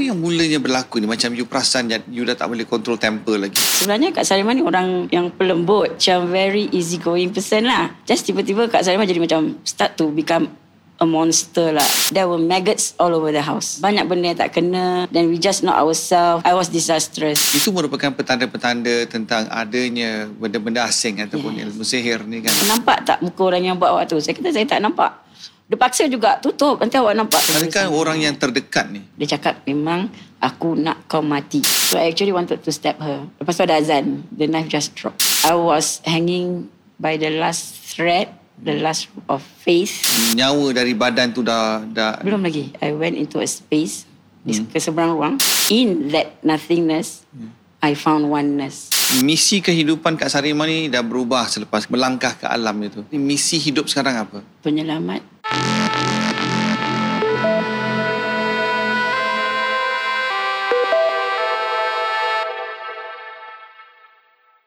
yang mulanya berlaku ni? Macam you perasan yang you dah tak boleh control temper lagi. Sebenarnya Kak Salimah ni orang yang pelembut. Macam very easy going person lah. Just tiba-tiba Kak Salimah jadi macam start to become a monster lah. There were maggots all over the house. Banyak benda yang tak kena. Then we just not ourselves. I was disastrous. Itu merupakan petanda-petanda tentang adanya benda-benda asing ataupun yes. ilmu sihir ni kan. Nampak tak muka orang yang buat awak tu? Saya kata saya tak nampak. Dia paksa juga tutup. Nanti awak nampak. Adakah orang yang terdekat ni? Dia cakap memang aku nak kau mati. So I actually wanted to stab her. Lepas tu ada azan. The knife just dropped. I was hanging by the last thread. The last of faith. Nyawa dari badan tu dah... dah Belum lagi. I went into a space. Hmm. Ke seberang ruang. In that nothingness, hmm. I found oneness. Misi kehidupan Kak Sarima ni dah berubah selepas melangkah ke alam itu. Misi hidup sekarang apa? Penyelamat.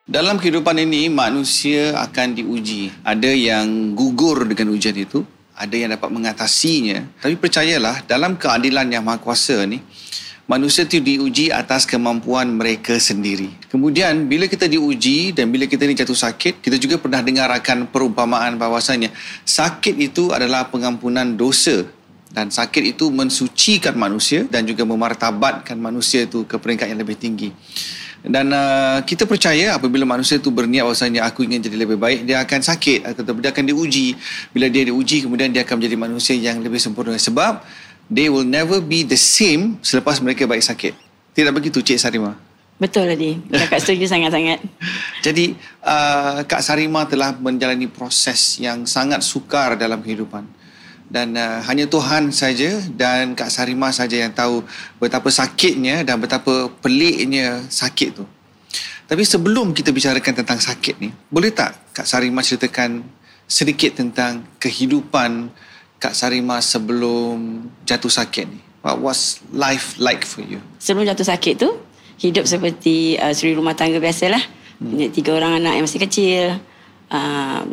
Dalam kehidupan ini, manusia akan diuji. Ada yang gugur dengan ujian itu, ada yang dapat mengatasinya. Tapi percayalah, dalam keadilan yang maha kuasa ni, manusia itu diuji atas kemampuan mereka sendiri. Kemudian, bila kita diuji dan bila kita ni jatuh sakit, kita juga pernah dengar akan perumpamaan bahawasanya sakit itu adalah pengampunan dosa dan sakit itu mensucikan manusia dan juga memartabatkan manusia itu ke peringkat yang lebih tinggi. Dan uh, kita percaya apabila manusia itu berniat bahawasanya aku ingin jadi lebih baik, dia akan sakit atau dia akan diuji. Bila dia diuji, kemudian dia akan menjadi manusia yang lebih sempurna. Sebab they will never be the same selepas mereka baik sakit. Tidak begitu Cik Sarima? Betul tadi. Kakak setuju sangat-sangat. Jadi uh, Kak Sarima telah menjalani proses yang sangat sukar dalam kehidupan dan uh, hanya Tuhan saja dan Kak Sarima saja yang tahu betapa sakitnya dan betapa peliknya sakit tu. Tapi sebelum kita bicarakan tentang sakit ni, boleh tak Kak Sarima ceritakan sedikit tentang kehidupan Kak Sarima sebelum jatuh sakit ni? What was life like for you? Sebelum jatuh sakit tu, hidup seperti uh, suri rumah tangga biasalah. Hmm. Tiga orang anak yang masih kecil. Uh,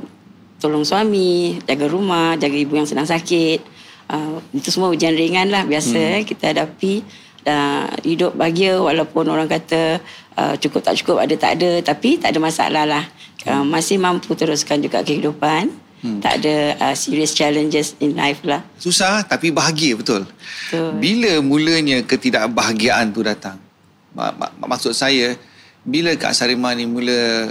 tolong suami, jaga rumah, jaga ibu yang sedang sakit. Uh, itu semua ujian ringan lah biasa hmm. eh, kita hadapi. Uh, hidup bahagia walaupun orang kata uh, cukup tak cukup, ada tak ada. Tapi tak ada masalah lah. Uh, masih mampu teruskan juga kehidupan. Hmm. Tak ada uh, serious challenges in life lah. Susah tapi bahagia betul. betul. Bila mulanya ketidakbahagiaan tu datang? Maksud saya, bila Kak Sarima ni mula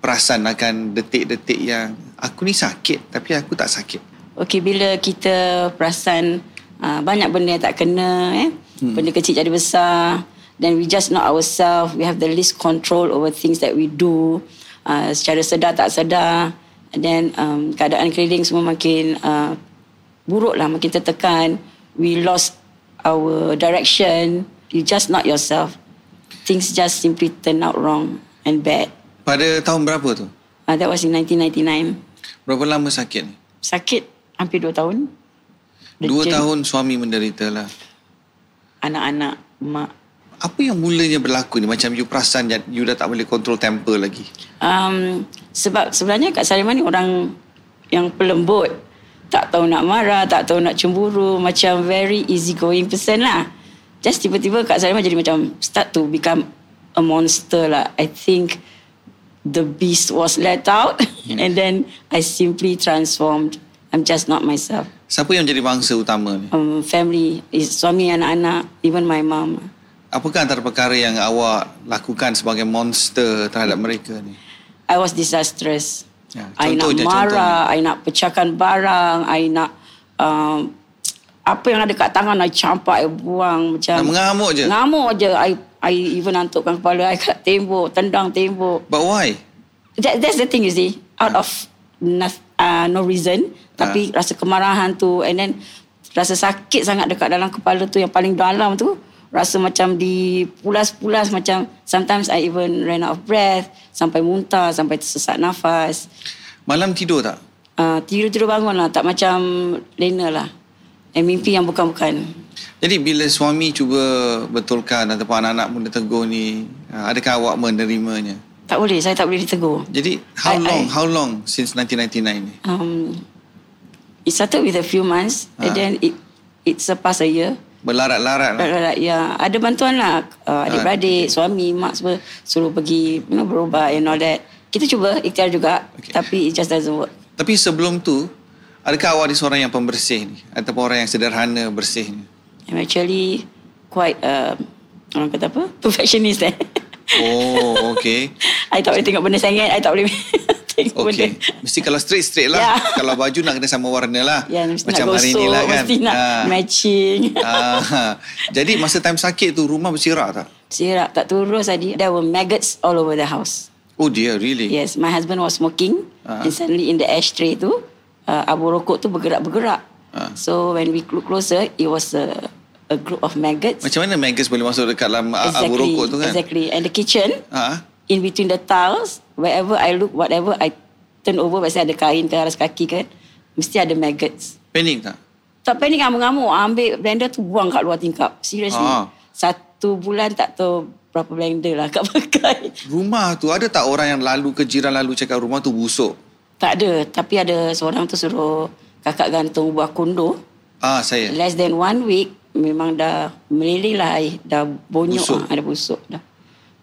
perasan akan detik-detik yang aku ni sakit tapi aku tak sakit. Okey bila kita perasan uh, banyak benda yang tak kena eh hmm. benda kecil jadi besar then we just not ourselves we have the least control over things that we do uh, secara sedar tak sedar and then um, keadaan keliling semua makin uh, buruk lah makin tertekan we lost our direction you just not yourself things just simply turn out wrong and bad pada tahun berapa tu? Uh, that was in 1999. Berapa lama sakit ni? Sakit hampir 2 tahun. The dua gym. tahun suami menderita lah. Anak-anak, mak. Apa yang mulanya berlaku ni? Macam you perasan you dah tak boleh control temper lagi. Um, sebab sebenarnya Kak Salimah ni orang yang pelembut. Tak tahu nak marah, tak tahu nak cemburu. Macam very easy going person lah. Just tiba-tiba Kak Salimah jadi macam start to become a monster lah. I think the beast was let out hmm. and then I simply transformed. I'm just not myself. Siapa yang jadi mangsa utama ni? Um, family, is suami, anak-anak, even my mom. Apakah antara perkara yang awak lakukan sebagai monster terhadap mereka ni? I was disastrous. Ya, I nak je, marah, contohnya. I nak pecahkan barang, I nak um, apa yang ada kat tangan I campak, I buang Nak macam. mengamuk je. Ngamuk je. I I even antukkan kepala I kat tembok, tendang tembok. But why? That, that's the thing you see. Out uh. of not, uh, no reason. Uh. Tapi rasa kemarahan tu and then rasa sakit sangat dekat dalam kepala tu yang paling dalam tu. Rasa macam dipulas-pulas macam sometimes I even ran out of breath. Sampai muntah, sampai sesak nafas. Malam tidur tak? Uh, tidur-tidur bangun lah. Tak macam lena lah. Dan mimpi yang bukan-bukan. Jadi bila suami cuba betulkan ataupun anak-anak pun dia tegur ni, ah, adakah awak menerimanya? Tak boleh, saya tak boleh ditegur. Jadi how I, long I, how long since 1999 ni? Um it started with a few months ha. and then it it surpassed a year. Berlarat-larat lah. Larat-larat, Ya, ada bantuan lah. Uh, adik-beradik, suami, mak semua suruh pergi you know, berubat and all that. Kita cuba ikhtiar juga Okay. okay. tapi it just doesn't work. Tapi sebelum tu, adakah awak ni seorang yang pembersih ni? Ataupun orang yang sederhana bersih ni? I'm actually quite, uh, orang kata apa? Perfectionist eh. Oh, okay. I tak boleh tengok benda sangat, I tak boleh tengok benda. Okay. Mesti kalau straight-straight lah. Ya. Kalau baju nak kena sama warna lah. Ya, mesti Macam nak hari gosok, ni lah kan. mesti nak Ah. matching. Ah. Jadi masa time sakit tu, rumah bersirak tak? Sirak tak turun tadi. There were maggots all over the house. Oh dear, really? Yes, my husband was smoking Ah. uh-huh. and suddenly in the ashtray tu uh, abu rokok tu bergerak-bergerak. Ah. Uh. So when we look closer, it was a a group of maggots. Macam mana maggots boleh masuk dekat dalam exactly. abu rokok tu kan? Exactly. And the kitchen Ah. in between the tiles, wherever I look, whatever I turn over, mesti ada kain ke atas kaki kan, mesti ada maggots. Pening tak? Tak panik ngamuk-ngamuk, ambil blender tu buang kat luar tingkap. Seriously. Ah. Satu bulan tak tahu berapa blender lah kat pakai. Rumah tu ada tak orang yang lalu ke jiran lalu cakap rumah tu busuk? Tak ada. Tapi ada seorang tu suruh kakak gantung buah kundur. Ah, saya. Less than one week, memang dah meleleh lah air. Dah bonyok. Busuk. Busuk. Ada busuk dah.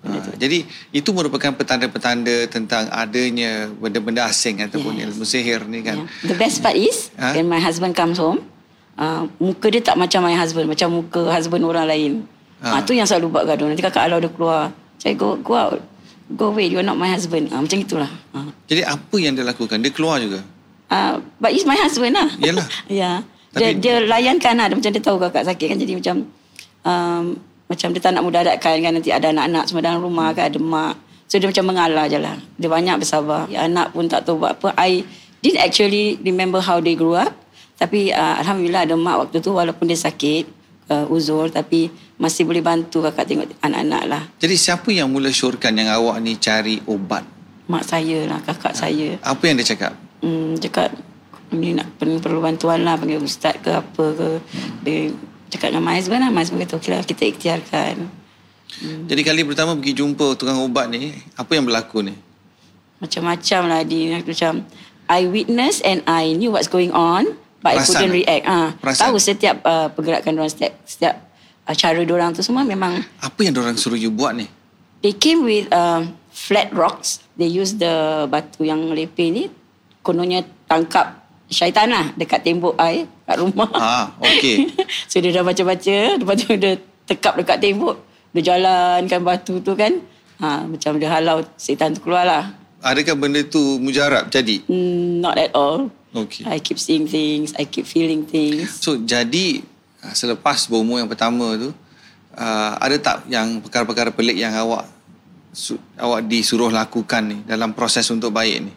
Ha, jadi itu merupakan petanda-petanda tentang adanya benda-benda asing ataupun yes. ilmu sihir ni kan. Yeah. Ya. The best part is, Ah. when my husband comes home, uh, muka dia tak macam my husband. Macam muka husband orang lain. Ah. Ah. tu yang selalu buat gaduh. Nanti kakak Alau dia keluar. Saya go, go out. Go away, you're not my husband. Ah, macam itulah. Ah. Jadi apa yang dia lakukan? Dia keluar juga. Uh, but he's my husband lah. Yalah. yeah. Dia, Tapi- dia layankan lah. Dia macam dia tahu kakak sakit kan. Jadi macam... Um, macam dia tak nak mudaratkan kan. Nanti ada anak-anak semua dalam rumah kan. Ada mak. So dia macam mengalah je lah. Dia banyak bersabar. Ya, anak pun tak tahu buat apa. I didn't actually remember how they grew up. Tapi uh, Alhamdulillah ada mak waktu tu. Walaupun dia sakit. Uh, uzur. Tapi masih boleh bantu kakak tengok anak-anak lah. Jadi siapa yang mula syorkan yang awak ni cari obat? Mak saya lah. Ah. Kakak saya. Apa yang dia cakap? hmm, cakap ni nak perlu, perlu bantuan lah panggil ustaz ke apa ke dia cakap dengan my husband lah my husband kata okey lah kita ikhtiarkan Jadi kali pertama pergi jumpa tukang obat ni, apa yang berlaku ni? macam-macam lah dia macam I witness and I knew what's going on but I Perasan. couldn't react ah ha, Perasan. tahu setiap uh, pergerakan orang setiap setiap uh, cara orang tu semua memang Apa yang orang suruh you buat ni? They came with uh, flat rocks. They use the batu yang lepeh ni. Kononnya tangkap syaitan lah dekat tembok air kat rumah. Ah, okey. so dia dah baca-baca. Lepas tu dia tekap dekat tembok. Dia jalankan batu tu kan. Ha, macam dia halau syaitan tu keluar lah. Adakah benda tu mujarab jadi? Mm, not at all. Okey. I keep seeing things. I keep feeling things. So jadi ah, selepas berumur yang pertama tu uh, ada tak yang perkara-perkara pelik yang awak su, awak disuruh lakukan ni dalam proses untuk baik ni?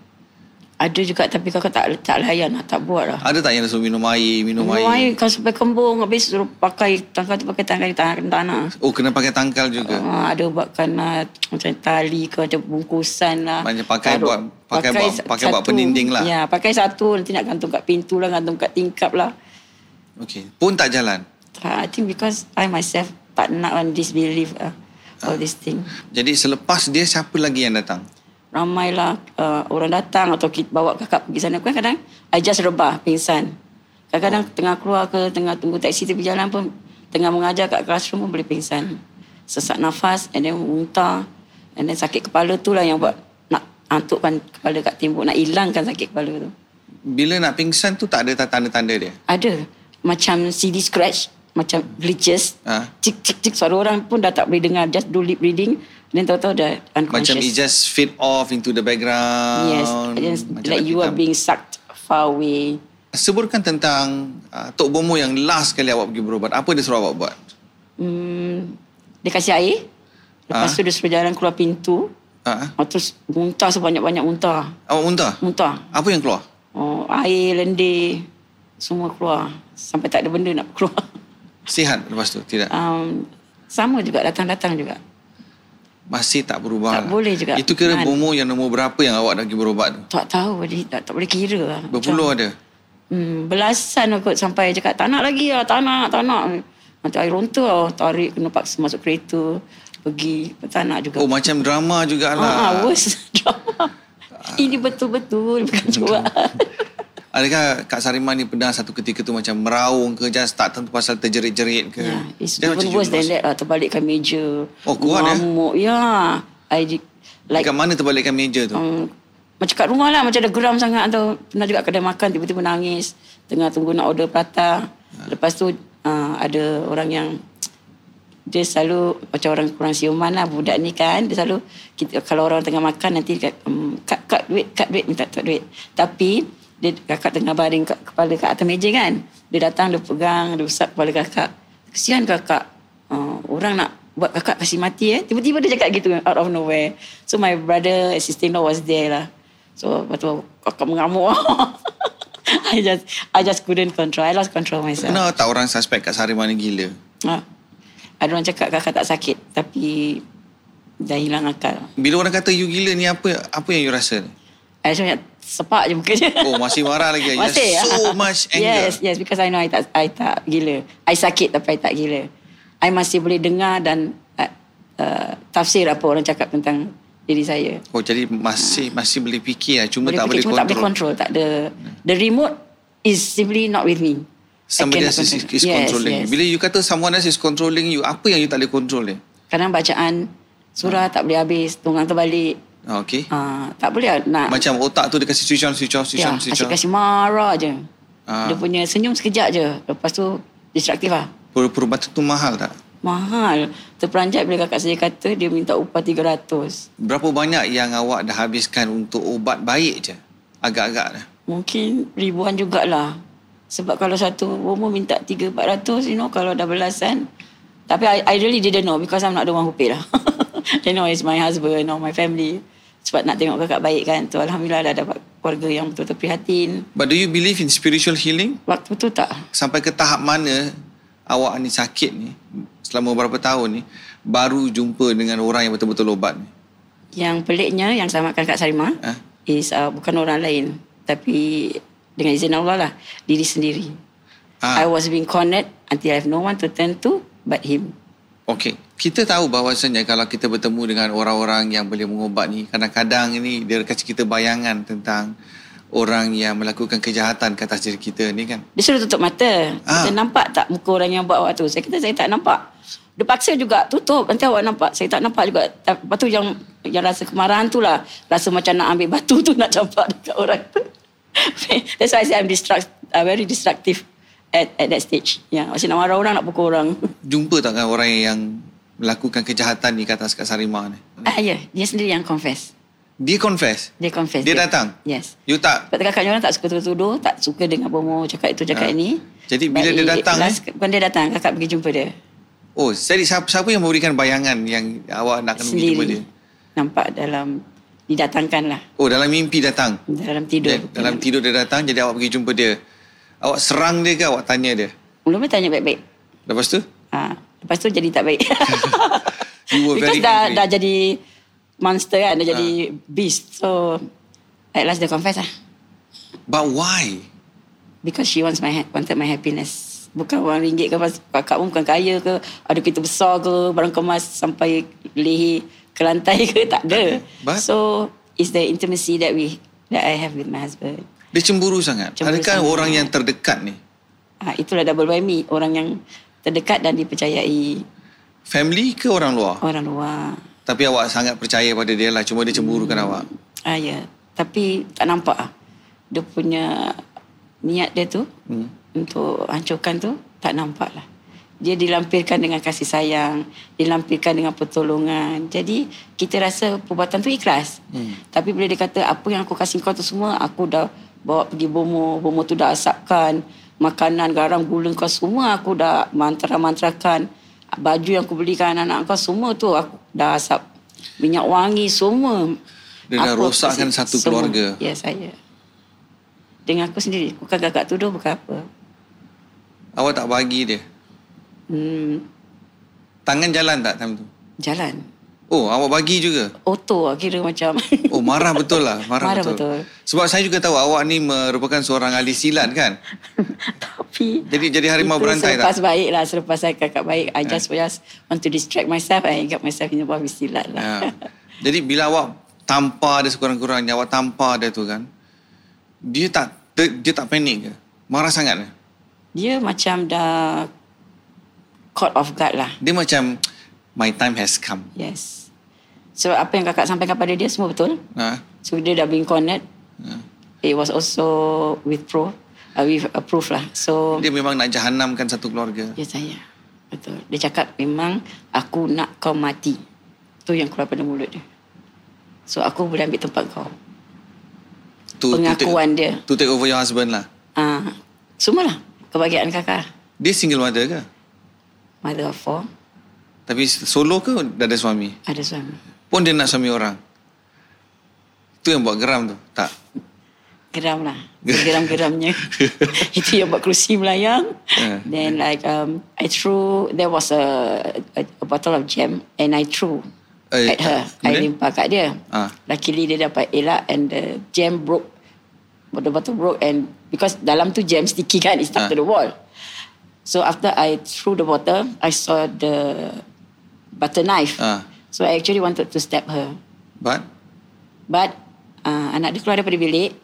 Ada juga tapi kakak tak tak layan lah. Tak buat lah. Ada tak yang suruh minum air, minum Rumah air? air kau sampai kembung. Habis suruh pakai tangkal tu pakai tangkal tanah. tanah. Oh kena pakai tangkal juga. lah. Ha, ada buatkan lah, macam tali ke macam bungkusan lah. Macam pakai buat- pakai buat- sa- pakai buat peninding lah. Ya, pakai satu nanti nak gantung kat pintu lah, gantung kat tingkap lah. Okey. Pun tak jalan. Ha, I think because I myself tak nak on this belief lah. All this thing. Jadi selepas dia siapa lagi yang datang? Ramailah uh, orang datang atau kita bawa kakak pergi sana. Kan kadang I just rebah, pingsan. Kadang-kadang tengah keluar ke, tengah tunggu taksi tepi jalan pun, tengah mengajar kat classroom pun boleh pingsan. Sesak nafas and then muntah. And then sakit kepala tu lah yang buat nak antukkan kepala kat tembok, nak hilangkan sakit kepala tu. Bila nak pingsan tu tak ada tanda-tanda dia. Ada. Macam CD scratch, macam glitches. Ah. Cik, cik, cik. Suara orang pun dah tak boleh dengar. Just do lip reading. Then tahu-tahu dah unconscious. Macam it just fade off into the background. Yes, just Macam like dah you are hitam. being sucked far away. Seburkan tentang uh, Tok Bomo yang last kali awak pergi berubat. Apa dia suruh awak buat? Hmm, dia kasih air. Lepas Ah. tu dia suruh jalan keluar pintu. Ha? Oh, terus muntah sebanyak-banyak muntah. Awak muntah? Muntah. Apa yang keluar? Oh, air, lendir. Semua keluar. Sampai tak ada benda nak keluar. Sihat lepas tu? Tidak? Um, sama juga, datang-datang juga. Masih tak berubah? lah. Tak boleh juga. Kan? Itu kira Tahan. bomo yang nombor berapa yang awak dah pergi berubat tu? Tak tahu, dia tak, tak boleh kira lah. Berpuluh Macam- ada? Hmm, belasan lah kot sampai cakap, tak nak lagi lah, tak nak, tak nak. Nanti air ronta lah, tarik, kena paksa masuk kereta. Pergi, tak nak juga. Oh Ah. macam drama jugalah. Ah, worst drama. Ini betul-betul bukan cuba. Adakah Kak Sarimah ni pernah satu ketika tu macam meraung ke just tak tentu pasal terjerit-jerit ke? Yeah, Ya, it's Jangan even macam worse jumpa. than that lah. Terbalikkan meja. Oh, kuat, eh? Mengamuk. Yeah. I did, like, Dekat mana terbalikkan meja tu? um, macam kat rumah lah. Macam dah geram sangat atau pernah juga kedai makan tiba-tiba nangis. Tengah tunggu nak order prata. Lepas tu uh, ada orang yang dia selalu macam orang kurang siuman lah budak ni kan dia selalu kita, kalau orang tengah makan nanti dekat um, cut, cut duit cut duit minta cut duit tapi dia kakak tengah baring kat, kepala kat atas meja kan dia datang dia pegang dia usap kepala kakak kesian kakak uh, orang nak buat kakak kasih mati eh tiba-tiba dia cakap gitu out of nowhere so my brother and sister-in-law was there lah so lepas tu kakak mengamuk I just I just couldn't control I lost control myself Kenapa tak orang suspect Kak Sarimah ni gila? Ha. Ada orang cakap kakak tak sakit tapi dah hilang akal. Bila orang kata you gila ni apa apa yang you rasa? ni? I rasa macam sepak je muka dia. Oh, masih marah lagi. You have so much anger. Yes, yes because I know I tak I tak gila. I sakit tapi I tak gila. I masih boleh dengar dan uh, uh, tafsir apa orang cakap tentang diri saya. Oh jadi masih masih boleh fikir lah. Cuma tak fikir, boleh Hmm. cuma kontrol. tak boleh control, tak ada the remote is simply not with me. I Somebody cannot else is, control. is Yes, controlling yes. you. Bila you kata someone else is controlling you, apa yang you tak boleh control dia? Kadang bacaan surah Hmm. tak boleh habis, tunggang terbalik. Ah, okay. Uh, tak boleh nak Macam otak tu dia kasi switch on, switch off, switch Ya, on, switch asyik off. kasi marah je. Ah. Dia punya senyum sekejap je. Lepas tu, destruktif lah. Per- Perubatan tu mahal tak? Mahal. Terperanjat bila kakak saya kata dia minta upah 300. Berapa banyak yang awak dah habiskan untuk obat baik je? Agak-agak dah. Mungkin ribuan jugalah. Sebab kalau satu rumah minta 3-400, you know, kalau dah belasan. Tapi I, I really didn't know because I'm not the one who paid lah. you know, it's my husband or my family. Sebab nak tengok kakak baik kan. Tu Alhamdulillah dah dapat keluarga yang betul-betul prihatin. But do you believe in spiritual healing? Waktu tu tak. Sampai ke tahap mana awak ni sakit ni selama berapa tahun ni baru jumpa dengan orang yang betul-betul obat ni? Yang peliknya yang selamatkan Kak Sarimah Ah. is uh, bukan orang lain tapi dengan izin Allah lah diri sendiri. Ah. I was being cornered until I have no one to turn to but him. Okey, kita tahu bahawasanya kalau kita bertemu dengan orang-orang yang boleh mengobat ni, kadang-kadang ini dia kasi kita bayangan tentang orang yang melakukan kejahatan ke atas diri kita ni kan. Dia suruh tutup mata. Ah. Ah. Kita nampak tak muka orang yang buat awak tu? Saya kata saya tak nampak. Dia paksa juga tutup. Nanti awak nampak. Saya tak nampak juga. Ta- Lepas tu yang, yang rasa kemarahan tu lah. Rasa macam nak ambil batu tu nak campak dekat orang tu. That's why I say I'm destruct, uh, very destructive at, at that stage. Yeah. Macam nak marah orang, nak pukul orang. Jumpa tak dengan orang yang melakukan kejahatan ni ke atas Kak Sarimah ni? Ah ya, dia sendiri yang confess. Dia confess. Dia confess. Dia datang? Yes. You tak? Sebab tu kakaknya orang tak suka tuduh-tuduh, tak suka dengar bomo cakap itu cakap Ah. ini. Jadi, bila dia datang, eh? bukan dia datang, kakak pergi jumpa dia Oh, jadi siapa, siapa yang memberikan bayangan yang awak nak kena pergi jumpa dia? sendiri. Nampak dalam didatangkan lah Oh, dalam mimpi datang. dalam tidur. Dia- dalam tidur dia datang, jadi awak pergi jumpa dia. Awak serang dia ke awak tanya dia? Mula-mula tanya baik-baik. Lepas tu? Ha, lepas tu jadi tak baik. You were Because very dah, angry. Ah. dah jadi monster kan, dah jadi beast. So at last dia confess lah. But why? Because she wants my ha- wanted my happiness. Bukan wang ringgit ke pas- kakak pun bukan kaya ke. Ada kereta besar ke. Barang kemas sampai leher ke lantai ke. Tak ada. But- So it's the intimacy that we that I have with my husband. Dia cemburu sangat. Cemburu Adakah sangat. orang yang terdekat ni? Ha, itulah double whammy. Orang yang terdekat dan dipercayai Family ke orang luar? orang luar. Tapi awak sangat percaya pada dia lah. Cuma dia cemburukan awak. Ah, ya. Tapi tak nampak ah. Dia punya niat dia tu hmm. untuk hancurkan tu tak nampak lah. Dia dilampirkan dengan kasih sayang, dilampirkan dengan pertolongan. Jadi kita rasa perbuatan tu ikhlas. Hmm. Tapi bila dia kata apa yang aku kasih kau tu semua, aku dah bawa pergi bomo, bomo tu dah asapkan, makanan, garam, gula kau semua aku dah mantra-mantrakan. Baju yang aku belikan anak-anak kau semua tu aku dah asap. Minyak wangi semua. Dia dah Aku rosakkan se- satu semua. keluarga. Ya, saya. Dengan aku sendiri. Bukan kakak tuduh, bukan apa. Awak tak bagi dia. Hmm, Tangan jalan tak time tu? jalan. Oh, awak bagi juga? Auto lah, kira macam. Oh, marah betul lah. Marah, Marah betul. betul. Sebab saya juga tahu awak ni merupakan seorang ahli silat kan? Tapi... Jadi jadi harimau itu berantai selepas tak? Eh. baik lah. Selepas saya kakak baik, I just, just want to distract myself. I got myself in the bawah silat Ya. lah. Jadi bila awak tampar dia sekurang-kurangnya, awak tampar dia tu kan, dia tak Dia, dia tak panik ke? Marah sangat ke? Dia macam dah caught off guard lah. Dia macam my time has come. Yes. So apa yang kakak sampaikan pada dia semua betul. Ha? So dia dah being cornered. Ya. It was also with pro, uh, with approve lah. So Dia memang nak jahanamkan satu keluarga. Ya saya. Betul. Dia cakap memang aku nak kau mati. Tu yang keluar pada mulut dia. So aku boleh ambil tempat kau. To, to take, Pengakuan dia. To take over your husband lah. Ah, semualah kebahagiaan kakak. Dia single mother ke? Mother of four, Tapi solo ke dah ada suami? ada suami. Pun dia nak suami orang. Itu yang buat geram tu. Tak. Geram lah. Geram-geramnya. Itu yang buat kerusi melayang. Ah. Then like um, I threw, there was a, a, a bottle of jam and I threw Eh, at her. I kemudian? limpah kat dia. Ah. Luckily dia dapat elak and the jam broke. The bottle broke and because dalam tu jam sticky kan, it's Ah. stuck to the wall. So after I threw the bottle, I saw the butter knife. Ah. So I actually wanted to stab her. But? But uh, anak dia keluar daripada bilik.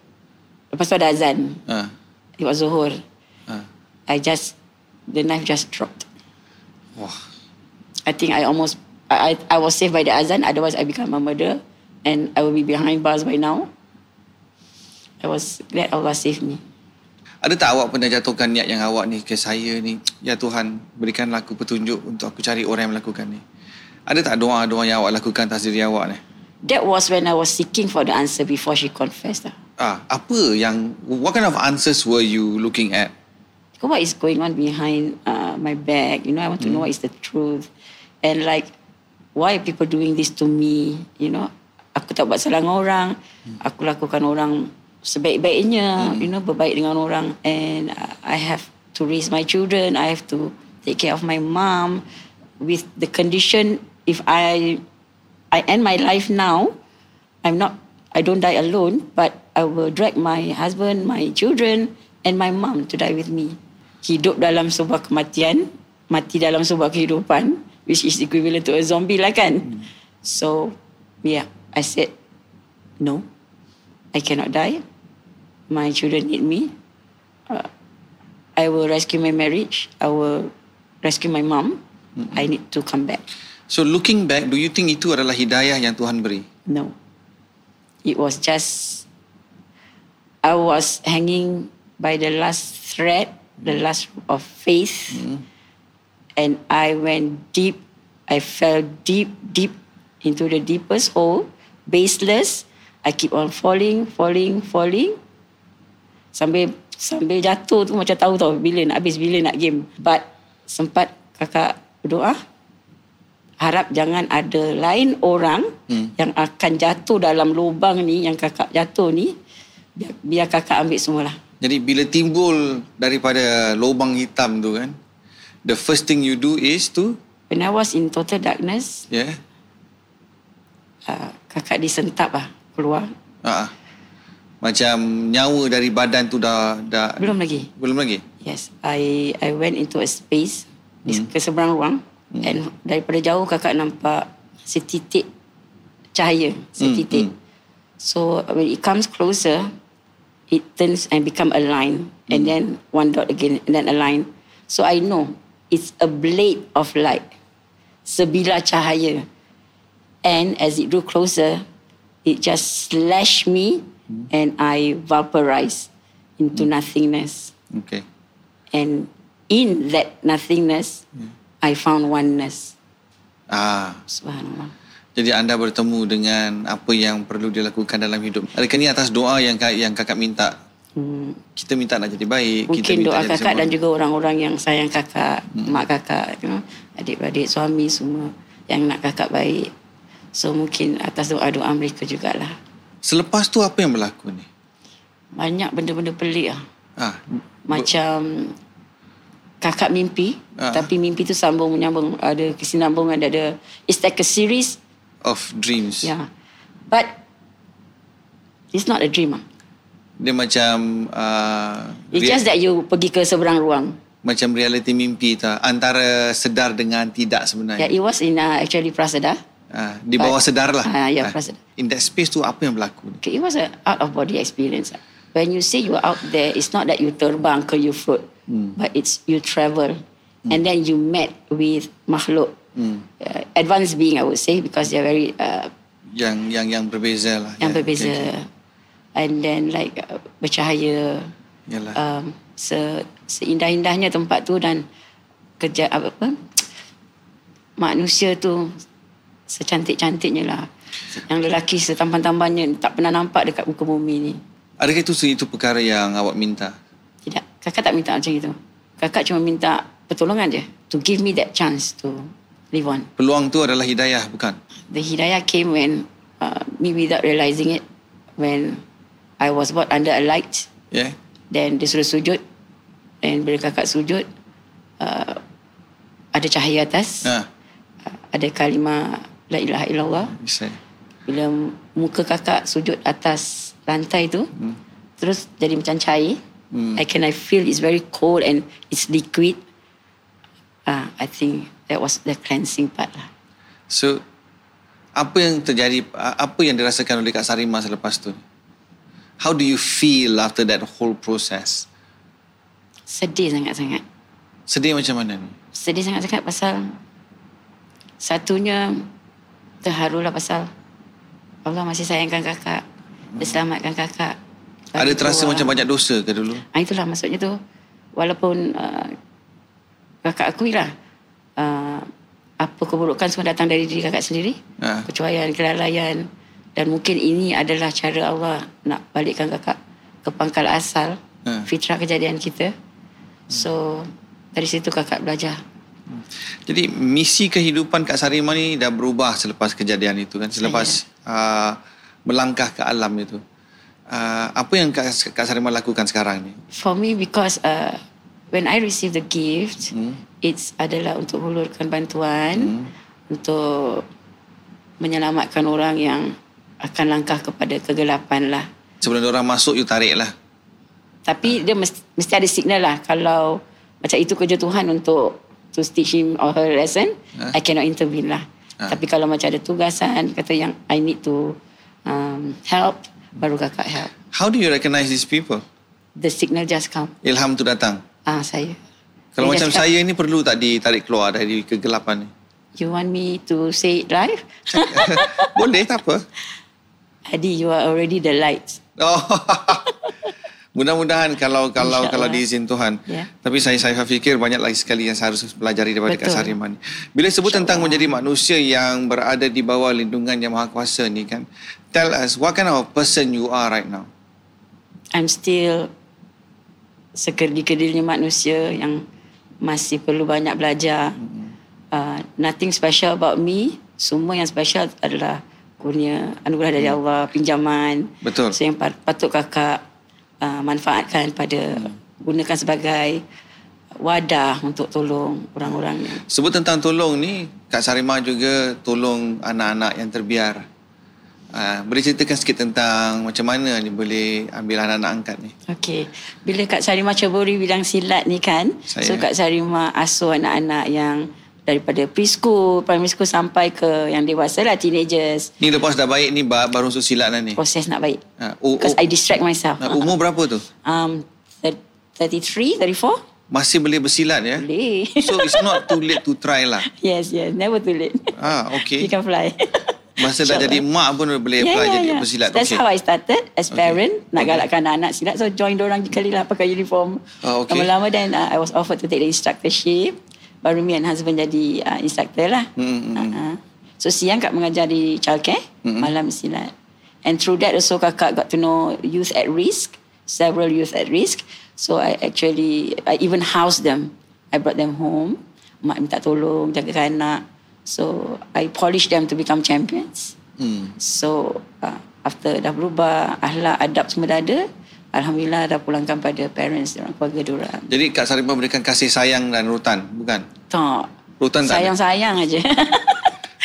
Lepas tu ada azan. Ha. It was Zuhur. Ha. I just, the knife just dropped. Wah. I think I almost, I, I, I was saved by the azan. Otherwise, I become a murderer. And I will be behind bars by now. I was glad Allah saved me. Ada tak awak pernah jatuhkan niat yang awak ni ke saya ni? Ya Tuhan, berikanlah aku petunjuk untuk aku cari orang yang melakukan ni. Ada tak doa-doa yang awak lakukan atas diri awak ni? That was when I was seeking for the answer before she confessed. lah. Ah, apa yang what kind of answers were you looking at? Because what is going on behind uh, my back? You know, I want to know what is the truth. And like, why are people doing this to me? You know, aku tak buat salah dengan orang. Aku lakukan orang sebaik-baiknya. You know, berbaik dengan orang. And uh, I have to raise my children. I have to take care of my mom with the condition if I I end my life now, I'm not I don't die alone, but I will drag my husband, my children and my mom to die with me. Hidup dalam sebuah kematian, mati dalam sebuah kehidupan, which is equivalent to a zombie lah kan. So, yeah, I said, no, I cannot die. My children need me. Uh, I will rescue my marriage. I will rescue my mom. I need to come back. So looking back, do you think itu adalah hidayah yang Tuhan beri? No. It was just I was hanging by the last thread, the last rope of faith. And I went deep. I fell deep, deep into the deepest hole, baseless. I keep on falling, falling, falling. Sambil sambil jatuh tu macam tahu tau bila nak habis, bila nak game. But sempat kakak berdoa, harap jangan ada lain orang hmm. yang akan jatuh dalam lubang ni yang kakak jatuh ni biar, biar kakak ambil semualah Jadi bila timbul daripada lubang hitam tu kan, the first thing you do is to ya, when I was in total darkness yeah. uh, kakak disentap lah keluar Ha. Macam nyawa dari badan tu dah dah belum lagi belum lagi. yes I I went into a space di ke seberang ruang and daripada jauh kakak nampak setitik cahaya setitik so when it comes closer it turns and become a line and then one dot again and then a line so i know it's a blade of light sebilah cahaya and as it drew closer it just slashed me and i vaporized into nothingness Okay. and in that nothingness Hmm. i found oneness Ah, subhanallah Jadi anda bertemu dengan apa yang perlu dilakukan dalam hidup. Adakah ni atas doa yang ka- yang kakak minta? Kita minta nak jadi baik. kita Hmm. mungkin minta doa jadi kakak dan sempurna. juga orang-orang yang sayang kakak, hmm. mak kakak, you know, adik-beradik, suami semua yang nak kakak baik. So mungkin atas doa-doa mereka jugalah. Selepas tu apa yang berlaku ni? Banyak benda-benda pelik lah. Ah, Macam kakak mimpi, Ah. tapi mimpi tu sambung menyambung, ada kesinambungan, ada, ada it's like a series. of dreams. Yeah. But it's not a dream ah. Dia macam uh, It's just that you pergi ke seberang ruang. macam reality mimpi tu antara sedar dengan tidak Yeah, sebenarnya. it was in uh, actually Prasada. Ah, di bawah But- sedar lah. Ah, ya, Ah, prasa- In that space tu apa yang berlaku ni? Okay, it was a out of body experience. ah. when you say you are out there, it's not that you terbang ke you float, but it's you travel, and then you met with makhluk. Uh, advanced being, I would say, because they're very uh, Yang yang yang berbeza lah. yang Ya, berbeza, okey, okey. and then like uh, bercahaya, Yalah. um, se seindah-indahnya tempat tu dan kerja apa, apa manusia tu secantik-cantiknya lah. Yang lelaki setampan-tampannya tak pernah nampak dekat muka bumi ni. Adakah itu itu perkara yang awak minta? Tidak. Kakak tak minta macam itu. Kakak cuma minta pertolongan je. To give me that chance to live on. Peluang tu adalah hidayah bukan? The hidayah came when uh, me without realizing it. When I was brought under a light. Ya. Yeah? Then dia suruh sujud. And bila kakak sujud, uh, ada cahaya atas. Ha, Uh, ada kalimah La ilaha illallah. bisa. Bila muka kakak sujud atas lantai tu, hmm. terus jadi macam cair. Hmm. I can I feel it's very cold and it's liquid. Ah, I think that was the cleansing part lah. So apa yang terjadi apa yang dirasakan oleh Kak Sarima selepas tu? How do you feel after that whole process? Sedih sangat-sangat. Sedih macam mana ni? Sedih sangat-sangat pasal satunya terharulah pasal Allah masih sayangkan kakak. Dia selamatkan kakak. Hmm. Ada terasa Kedua, macam banyak dosa ke dulu? Ah, itulah maksudnya tu. Walaupun uh, kakak akui lah uh, apa keburukan semua datang dari diri kakak sendiri. Ah. Kecuaian, kelalaian dan mungkin ini adalah cara Allah nak balikkan kakak ke pangkal asal Ah. fitrah kejadian kita. Hmm. So dari situ kakak belajar. Jadi misi kehidupan Kak Sarima ni dah berubah selepas kejadian itu kan selepas uh, melangkah ke alam itu. Uh, apa yang Kak, Kak Sarima lakukan sekarang ni? For me because uh, when I receive the gift it's adalah untuk hulurkan bantuan untuk menyelamatkan orang yang akan langkah kepada kegelapan lah. Sebelum orang masuk you tarik lah. Tapi dia mesti, mesti ada signal lah kalau macam itu kerja Tuhan untuk to teach him or her lesson, Ah. I cannot intervene lah. Ah. Tapi kalau macam ada tugasan kata yang I need to um, help baru kakak help. How do you recognize these people? The signal just come. Ilham tu datang. Ah saya. Kalau Dia macam just saya ni perlu tak ditarik keluar dari kegelapan ni? You want me to say it live? Boleh tak apa. Adi, you are already the light. Oh. Mudah-mudahan kalau kalau kalau InsyaAllah. diizin Tuhan. Ya. Tapi saya saya fikir banyak lagi sekali yang saya harus pelajari daripada Kak Betul. Sarimah ni. Bila sebut tentang menjadi manusia yang berada di bawah lindungan Yang Maha Kuasa ni kan, tell us what kind of person you are right now. I'm still sekerdi-kerdinya manusia yang masih perlu banyak belajar. Uh, nothing special about me. Semua yang special adalah kurnia anugerah dari Allah, pinjaman. Betul. So yang pat- patut kakak uh, manfaatkan pada gunakan sebagai wadah untuk tolong orang-orang yang Sebut tentang tolong ni, Kak Sarimah juga tolong anak-anak yang terbiar. Ah, boleh ceritakan sikit tentang macam mana ni boleh ambil anak-anak angkat ni? Okey. Bila Kak Sarima Ceburi bilang silat ni kan. Saya. So Kak Sarima asuh anak-anak yang daripada preschool, primary school sampai ke yang dewasa lah, teenagers. Ni lepas dah baik ni ba- baru untuk silat lah ni. Proses nak baik. Ah, u- Because u- I distract myself. ah, umur berapa tu? Um, thir- 33, 34? Masih boleh bersilat ya? Boleh. So it's not too late to try lah. yes, yes. Never too late. Ah, You okay. can fly. Masa dah jadi mak pun boleh apply jadi bersilat. Ya, That's okay. how I started as Okay. parent. Okay. Nak galakkan anak-anak silat. So join orang kali lah pakai uniform. Ah, okay. Lama-lama then uh, I was offered to take the instructorship. Baru me and husband jadi uh, instructor lah. Hmm, hmm, Uh-huh. So siang kak mengajar di childcare. Malam silat. And through that also kakak got to know youth at risk. Several youth at risk. So I actually, I even housed them. I brought them home. Mak minta tolong, jagakan anak. So I polished them to become champions. Hmm. So uh, after dah berubah ahlak adab semua dah ada, alhamdulillah dah pulangkan pada parents orang keluarga diorang. Jadi Kak Sarimah memberikan kasih sayang dan rutan, bukan? Tak. Rutan tak ada? Sayang-sayang aja.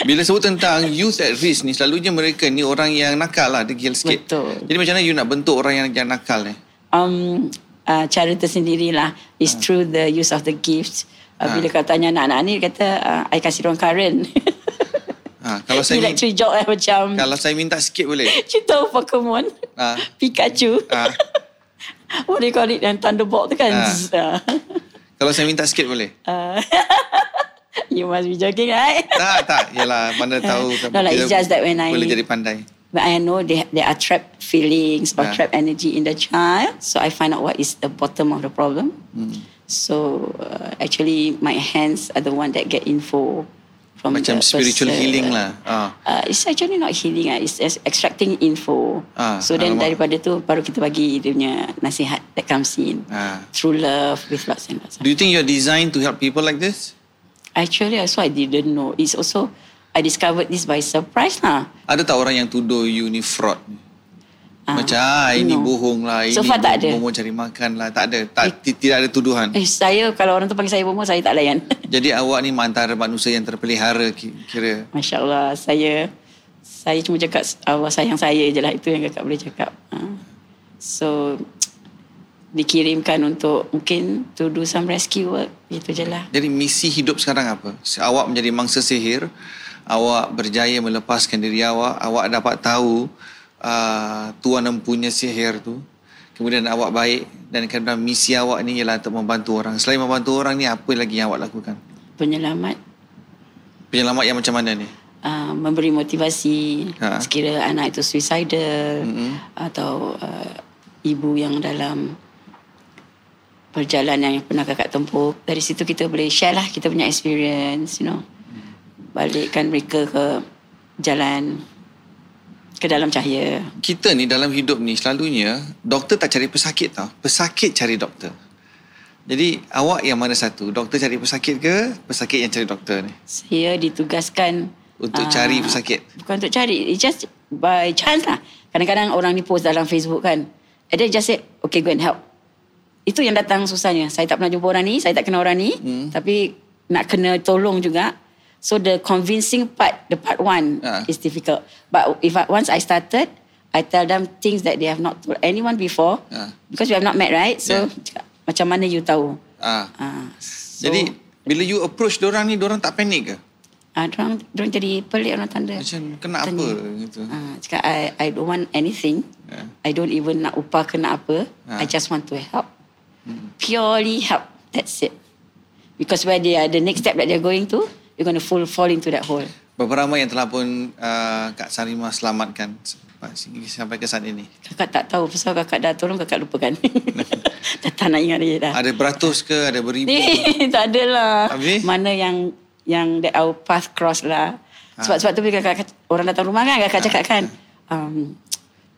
Bila sebut tentang youth at risk ni, selalunya mereka ni orang yang nakal lah, degil sikit. Betul. Jadi macam mana you nak bentuk orang yang, yang nakal ni? um uh, cara tersendirilah is Ah. through the use of the gift. Uh, bila kau tanya anak-anak ni dia kata uh, I kasih orang current. Ha, kalau Dia saya min- actually joke lah macam kalau saya minta sikit boleh? you tahu Pokemon? Ah. Pikachu. Ha, What do you call it? Yang thunderbolt tu kan. Ah. Ah. Kalau saya minta sikit boleh? Ah. you must be joking, right? tak, tak. Yalah, mana tahu. No, like, it's just that when I- Boleh jadi pandai. But I know they, there are trapped feelings or Yeah. trapped energy in the child. So I find out what is the bottom of the problem. Hmm. So uh, actually, my hands are the one that get info from Macam the spiritual person. healing lah. Ah. Uh, it's actually not healing. Uh, it's just extracting info. Ah, so then alamak. daripada tu baru kita bagi dia punya nasihat that comes in. Ah. Through love with lots and lots. Do of- you think you're designed to help people like this? Actually, also I didn't know. It's also I discovered this by surprise lah. Ada tak orang yang tuduh you ni fraud? Ah, Macam ah, ini no. bohong lah, ini So far tak ada. bohong cari makan lah. Tak ada. Tak, ti- tidak ada tuduhan. Eh, saya kalau orang tu panggil saya bomo, saya tak layan. Jadi awak ni antara manusia yang terpelihara ki- kira. Masya Allah, saya saya cuma cakap Allah sayang saya je lah. Itu yang kakak boleh cakap. Ha. So, dikirimkan untuk mungkin to do some rescue work. Itu je lah. Jadi misi hidup sekarang apa? Se- Awak menjadi mangsa sihir, awak berjaya melepaskan diri awak, awak dapat tahu uh, tuan empunya sihir tu. Kemudian awak baik dan kemudian misi awak ni ialah untuk membantu orang. Selain membantu orang ni apa lagi yang awak lakukan? Penyelamat, Penyelamat yang macam mana ni? uh, memberi motivasi. Ha. Sekira anak itu suicidal atau uh, ibu yang dalam perjalanan yang pernah kakak tempuh. Dari situ kita boleh share lah kita punya experience, you know. Balikkan mereka ke jalan ke dalam cahaya. Kita ni dalam hidup ni selalunya doktor tak cari pesakit tau. Pesakit cari doktor. Jadi awak yang mana satu? Doktor cari pesakit ke? Pesakit yang cari doktor ni? Saya ditugaskan Untuk ah, cari pesakit. Bukan untuk cari, it's just by chance lah. Kadang-kadang orang ni post dalam Facebook kan. And then just said, okay go and help. Itu yang datang susahnya. Saya tak pernah jumpa orang ni, saya tak kenal orang ni. Hmm. Tapi nak kena tolong juga. So the convincing part, the part one Ah. uh. is difficult. But if I, once I started, I tell them things that they have not told anyone before. Ah. Uh. Because we have not met right? So Yeah. yeah. macam mana you tahu? Ah. Uh, so, Jadi bila you approach orang ni, orang tak panik ke? Ah, dorang, dorang jadi pelik orang tanda. Macam kena apa gitu. Ah, cakap I, I don't want anything. Ah. I don't even nak upah ke nak apa. Ah. I just want to help. Purely help. That's it. Because where they are, the next step that they're going to, you're going to fall, fall into that hole. Berapa ramai yang telah pun uh, Kak Sarima selamatkan sampai, sampai ke saat ini? Kakak tak tahu pasal kakak dah tolong kakak lupakan. dah tak nak ingat dia dah. Ada beratus ke? Ada beribu? Eh, tak adalah. Habis? Mana yang yang that our path cross lah. Ha. Sebab sebab tu bila kakak orang datang rumah kan kakak cakap kan um,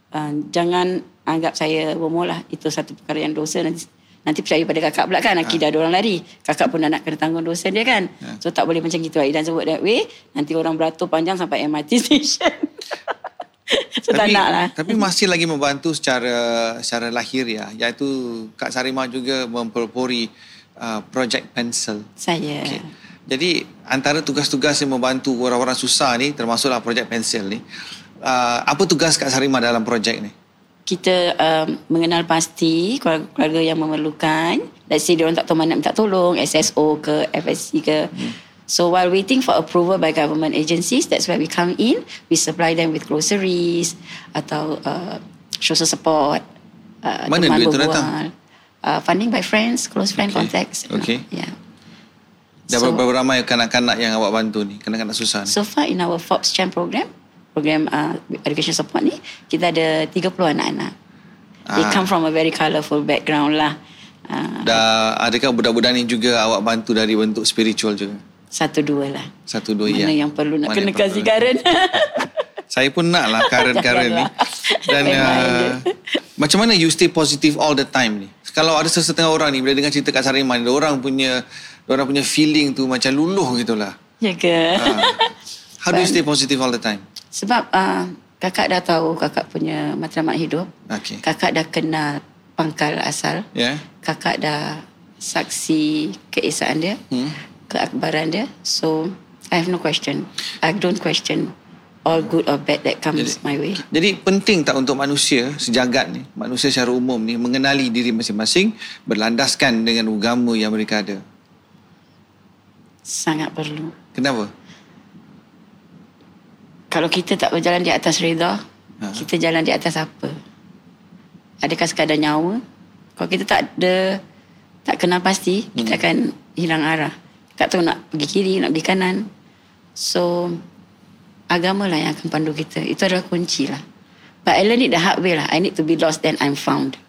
uh, jangan anggap saya bomoh lah. Itu satu perkara yang dosa nanti nanti percaya pada kakak pula kan Ha. akidah dia orang lari. Kakak pun dah nak kena tanggung dosa dia kan. So tak boleh macam gitu. Aidan sebut that way. Nanti orang beratur panjang sampai MRT station. so tak nak lah. Tapi masih lagi membantu secara secara lahir ya. Iaitu Kak Sarima juga mempelopori uh, projek pensel. Saya. Okay. Jadi antara tugas-tugas yang membantu orang-orang susah ni termasuklah projek pensel ni. Uh, apa tugas Kak Sarima dalam projek ni? kita um, mengenal pasti keluarga, keluarga yang memerlukan. Let's say diorang tak tahu mana nak minta tolong, SSO ke, FSC ke. Hmm. So while waiting for approval by government agencies, that's where we come in. We supply them with groceries atau uh, social support. Uh, Mana teman duit tu berbual. datang? Uh, funding by friends, close Okay. friend contacts. you know. Okay. Yeah. Dah So- berapa ramai kanak-kanak yang awak bantu ni? Kanak-kanak susah ni. So far in our Forbes Champ program, program uh, education support ni, kita ada 30 anak-anak. They Ah. come from a very colourful background lah. Uh, Dah adakah budak-budak ni juga awak bantu dari bentuk spiritual juga? satu dua lah. Satu dua Mana ya. yang perlu nak Mana kena yang perlu. kasih Karen. Saya pun nak lah karen-karen ni. Janganlah. Dan Memang uh, je. macam mana you stay positive all the time ni? Kalau ada sesetengah orang ni bila dengar cerita Kak Sariman, dia orang punya dia orang punya feeling tu macam luluh gitulah. ya ke? Ah. How do you Kan. stay positive all the time? Sebab uh, kakak dah tahu kakak punya matlamat hidup. Okay. Ya? Kakak dah kenal pangkal asal. Yeah. kakak dah saksi keesaan dia, hmm. keakbaran dia. So, I have no question. I don't question all good or bad that comes my way. Jadi penting tak untuk manusia sejagat ni, manusia secara umum ni mengenali diri masing-masing berlandaskan dengan agama yang mereka ada. Sangat perlu. Kenapa? Kalau kita tak berjalan di atas reda, Ha. kita jalan di atas apa? Adakah sekadar nyawa Kalau kita tak ada tak kenal pasti, hmm. kita akan hilang arah. Tak tahu nak pergi kiri, nak pergi kanan. So agama lah yang akan pandu kita. Itu adalah kunci lah. But I learned it the hard way lah. I need to be lost then I'm found.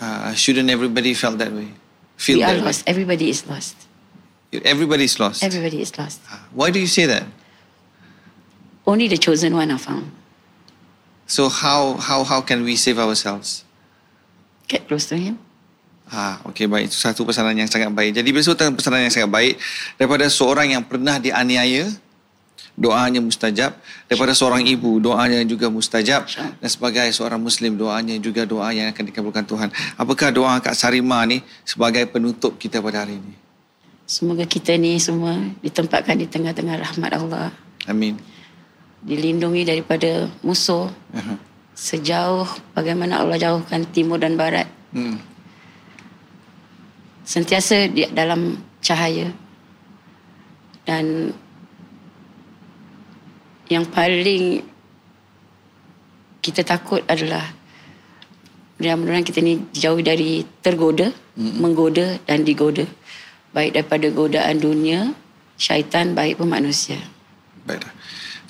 Uh, shouldn't everybody felt that way? Feel we that are lost. Everybody is lost. way? Everybody's lost. Everybody is lost. Ah, Why do you say that? Only the chosen one are found. So how how how can we save ourselves? Get close to him. Ah, okey baik. Itu satu pesanan yang sangat baik. Jadi besok tentang pesanan yang sangat baik daripada seorang yang pernah dianiaya, doanya mustajab, daripada seorang ibu, doanya juga mustajab dan sebagai seorang muslim doanya juga doa yang akan dikabulkan Tuhan. Apakah doa Kak Sarima ni sebagai penutup kita pada hari ini? Semoga kita ni semua ditempatkan di tengah-tengah rahmat Allah. Amin. Dilindungi daripada musuh. Aha. Sejauh bagaimana Allah jauhkan timur dan barat. Hmm. Sentiasa di dalam cahaya. Dan yang paling kita takut adalah mudah-mudahan kita ni jauh dari tergoda, mm-hmm. menggoda dan digoda. Baik daripada godaan dunia, syaitan baik pun manusia. Baiklah.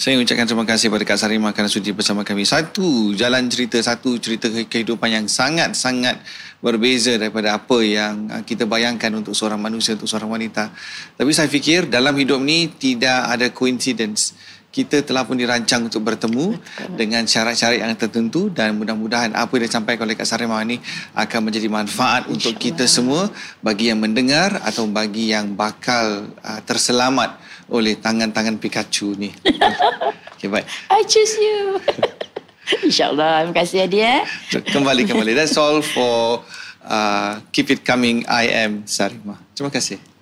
Saya ucapkan terima kasih kepada Kak Sarima kerana sudi bersama kami. Satu jalan cerita, satu cerita kehidupan yang sangat-sangat berbeza daripada apa yang ah, kita bayangkan untuk seorang manusia, untuk seorang wanita. Tapi saya fikir dalam hidup ni tidak ada coincidence. Kita telah pun dirancang untuk bertemu dengan syarat-syarat yang tertentu dan mudah-mudahan apa yang disampaikan oleh Kak Sarima ni akan menjadi manfaat untuk kita semua bagi yang mendengar atau bagi yang bakal ah, terselamat oleh tangan-tangan Pikachu ni. Okay, baik. I choose you. InsyaAllah. Terima kasih eh. Adia. Kembali kembali. That's all for uh, keep it coming. I am Sarima. Terima kasih.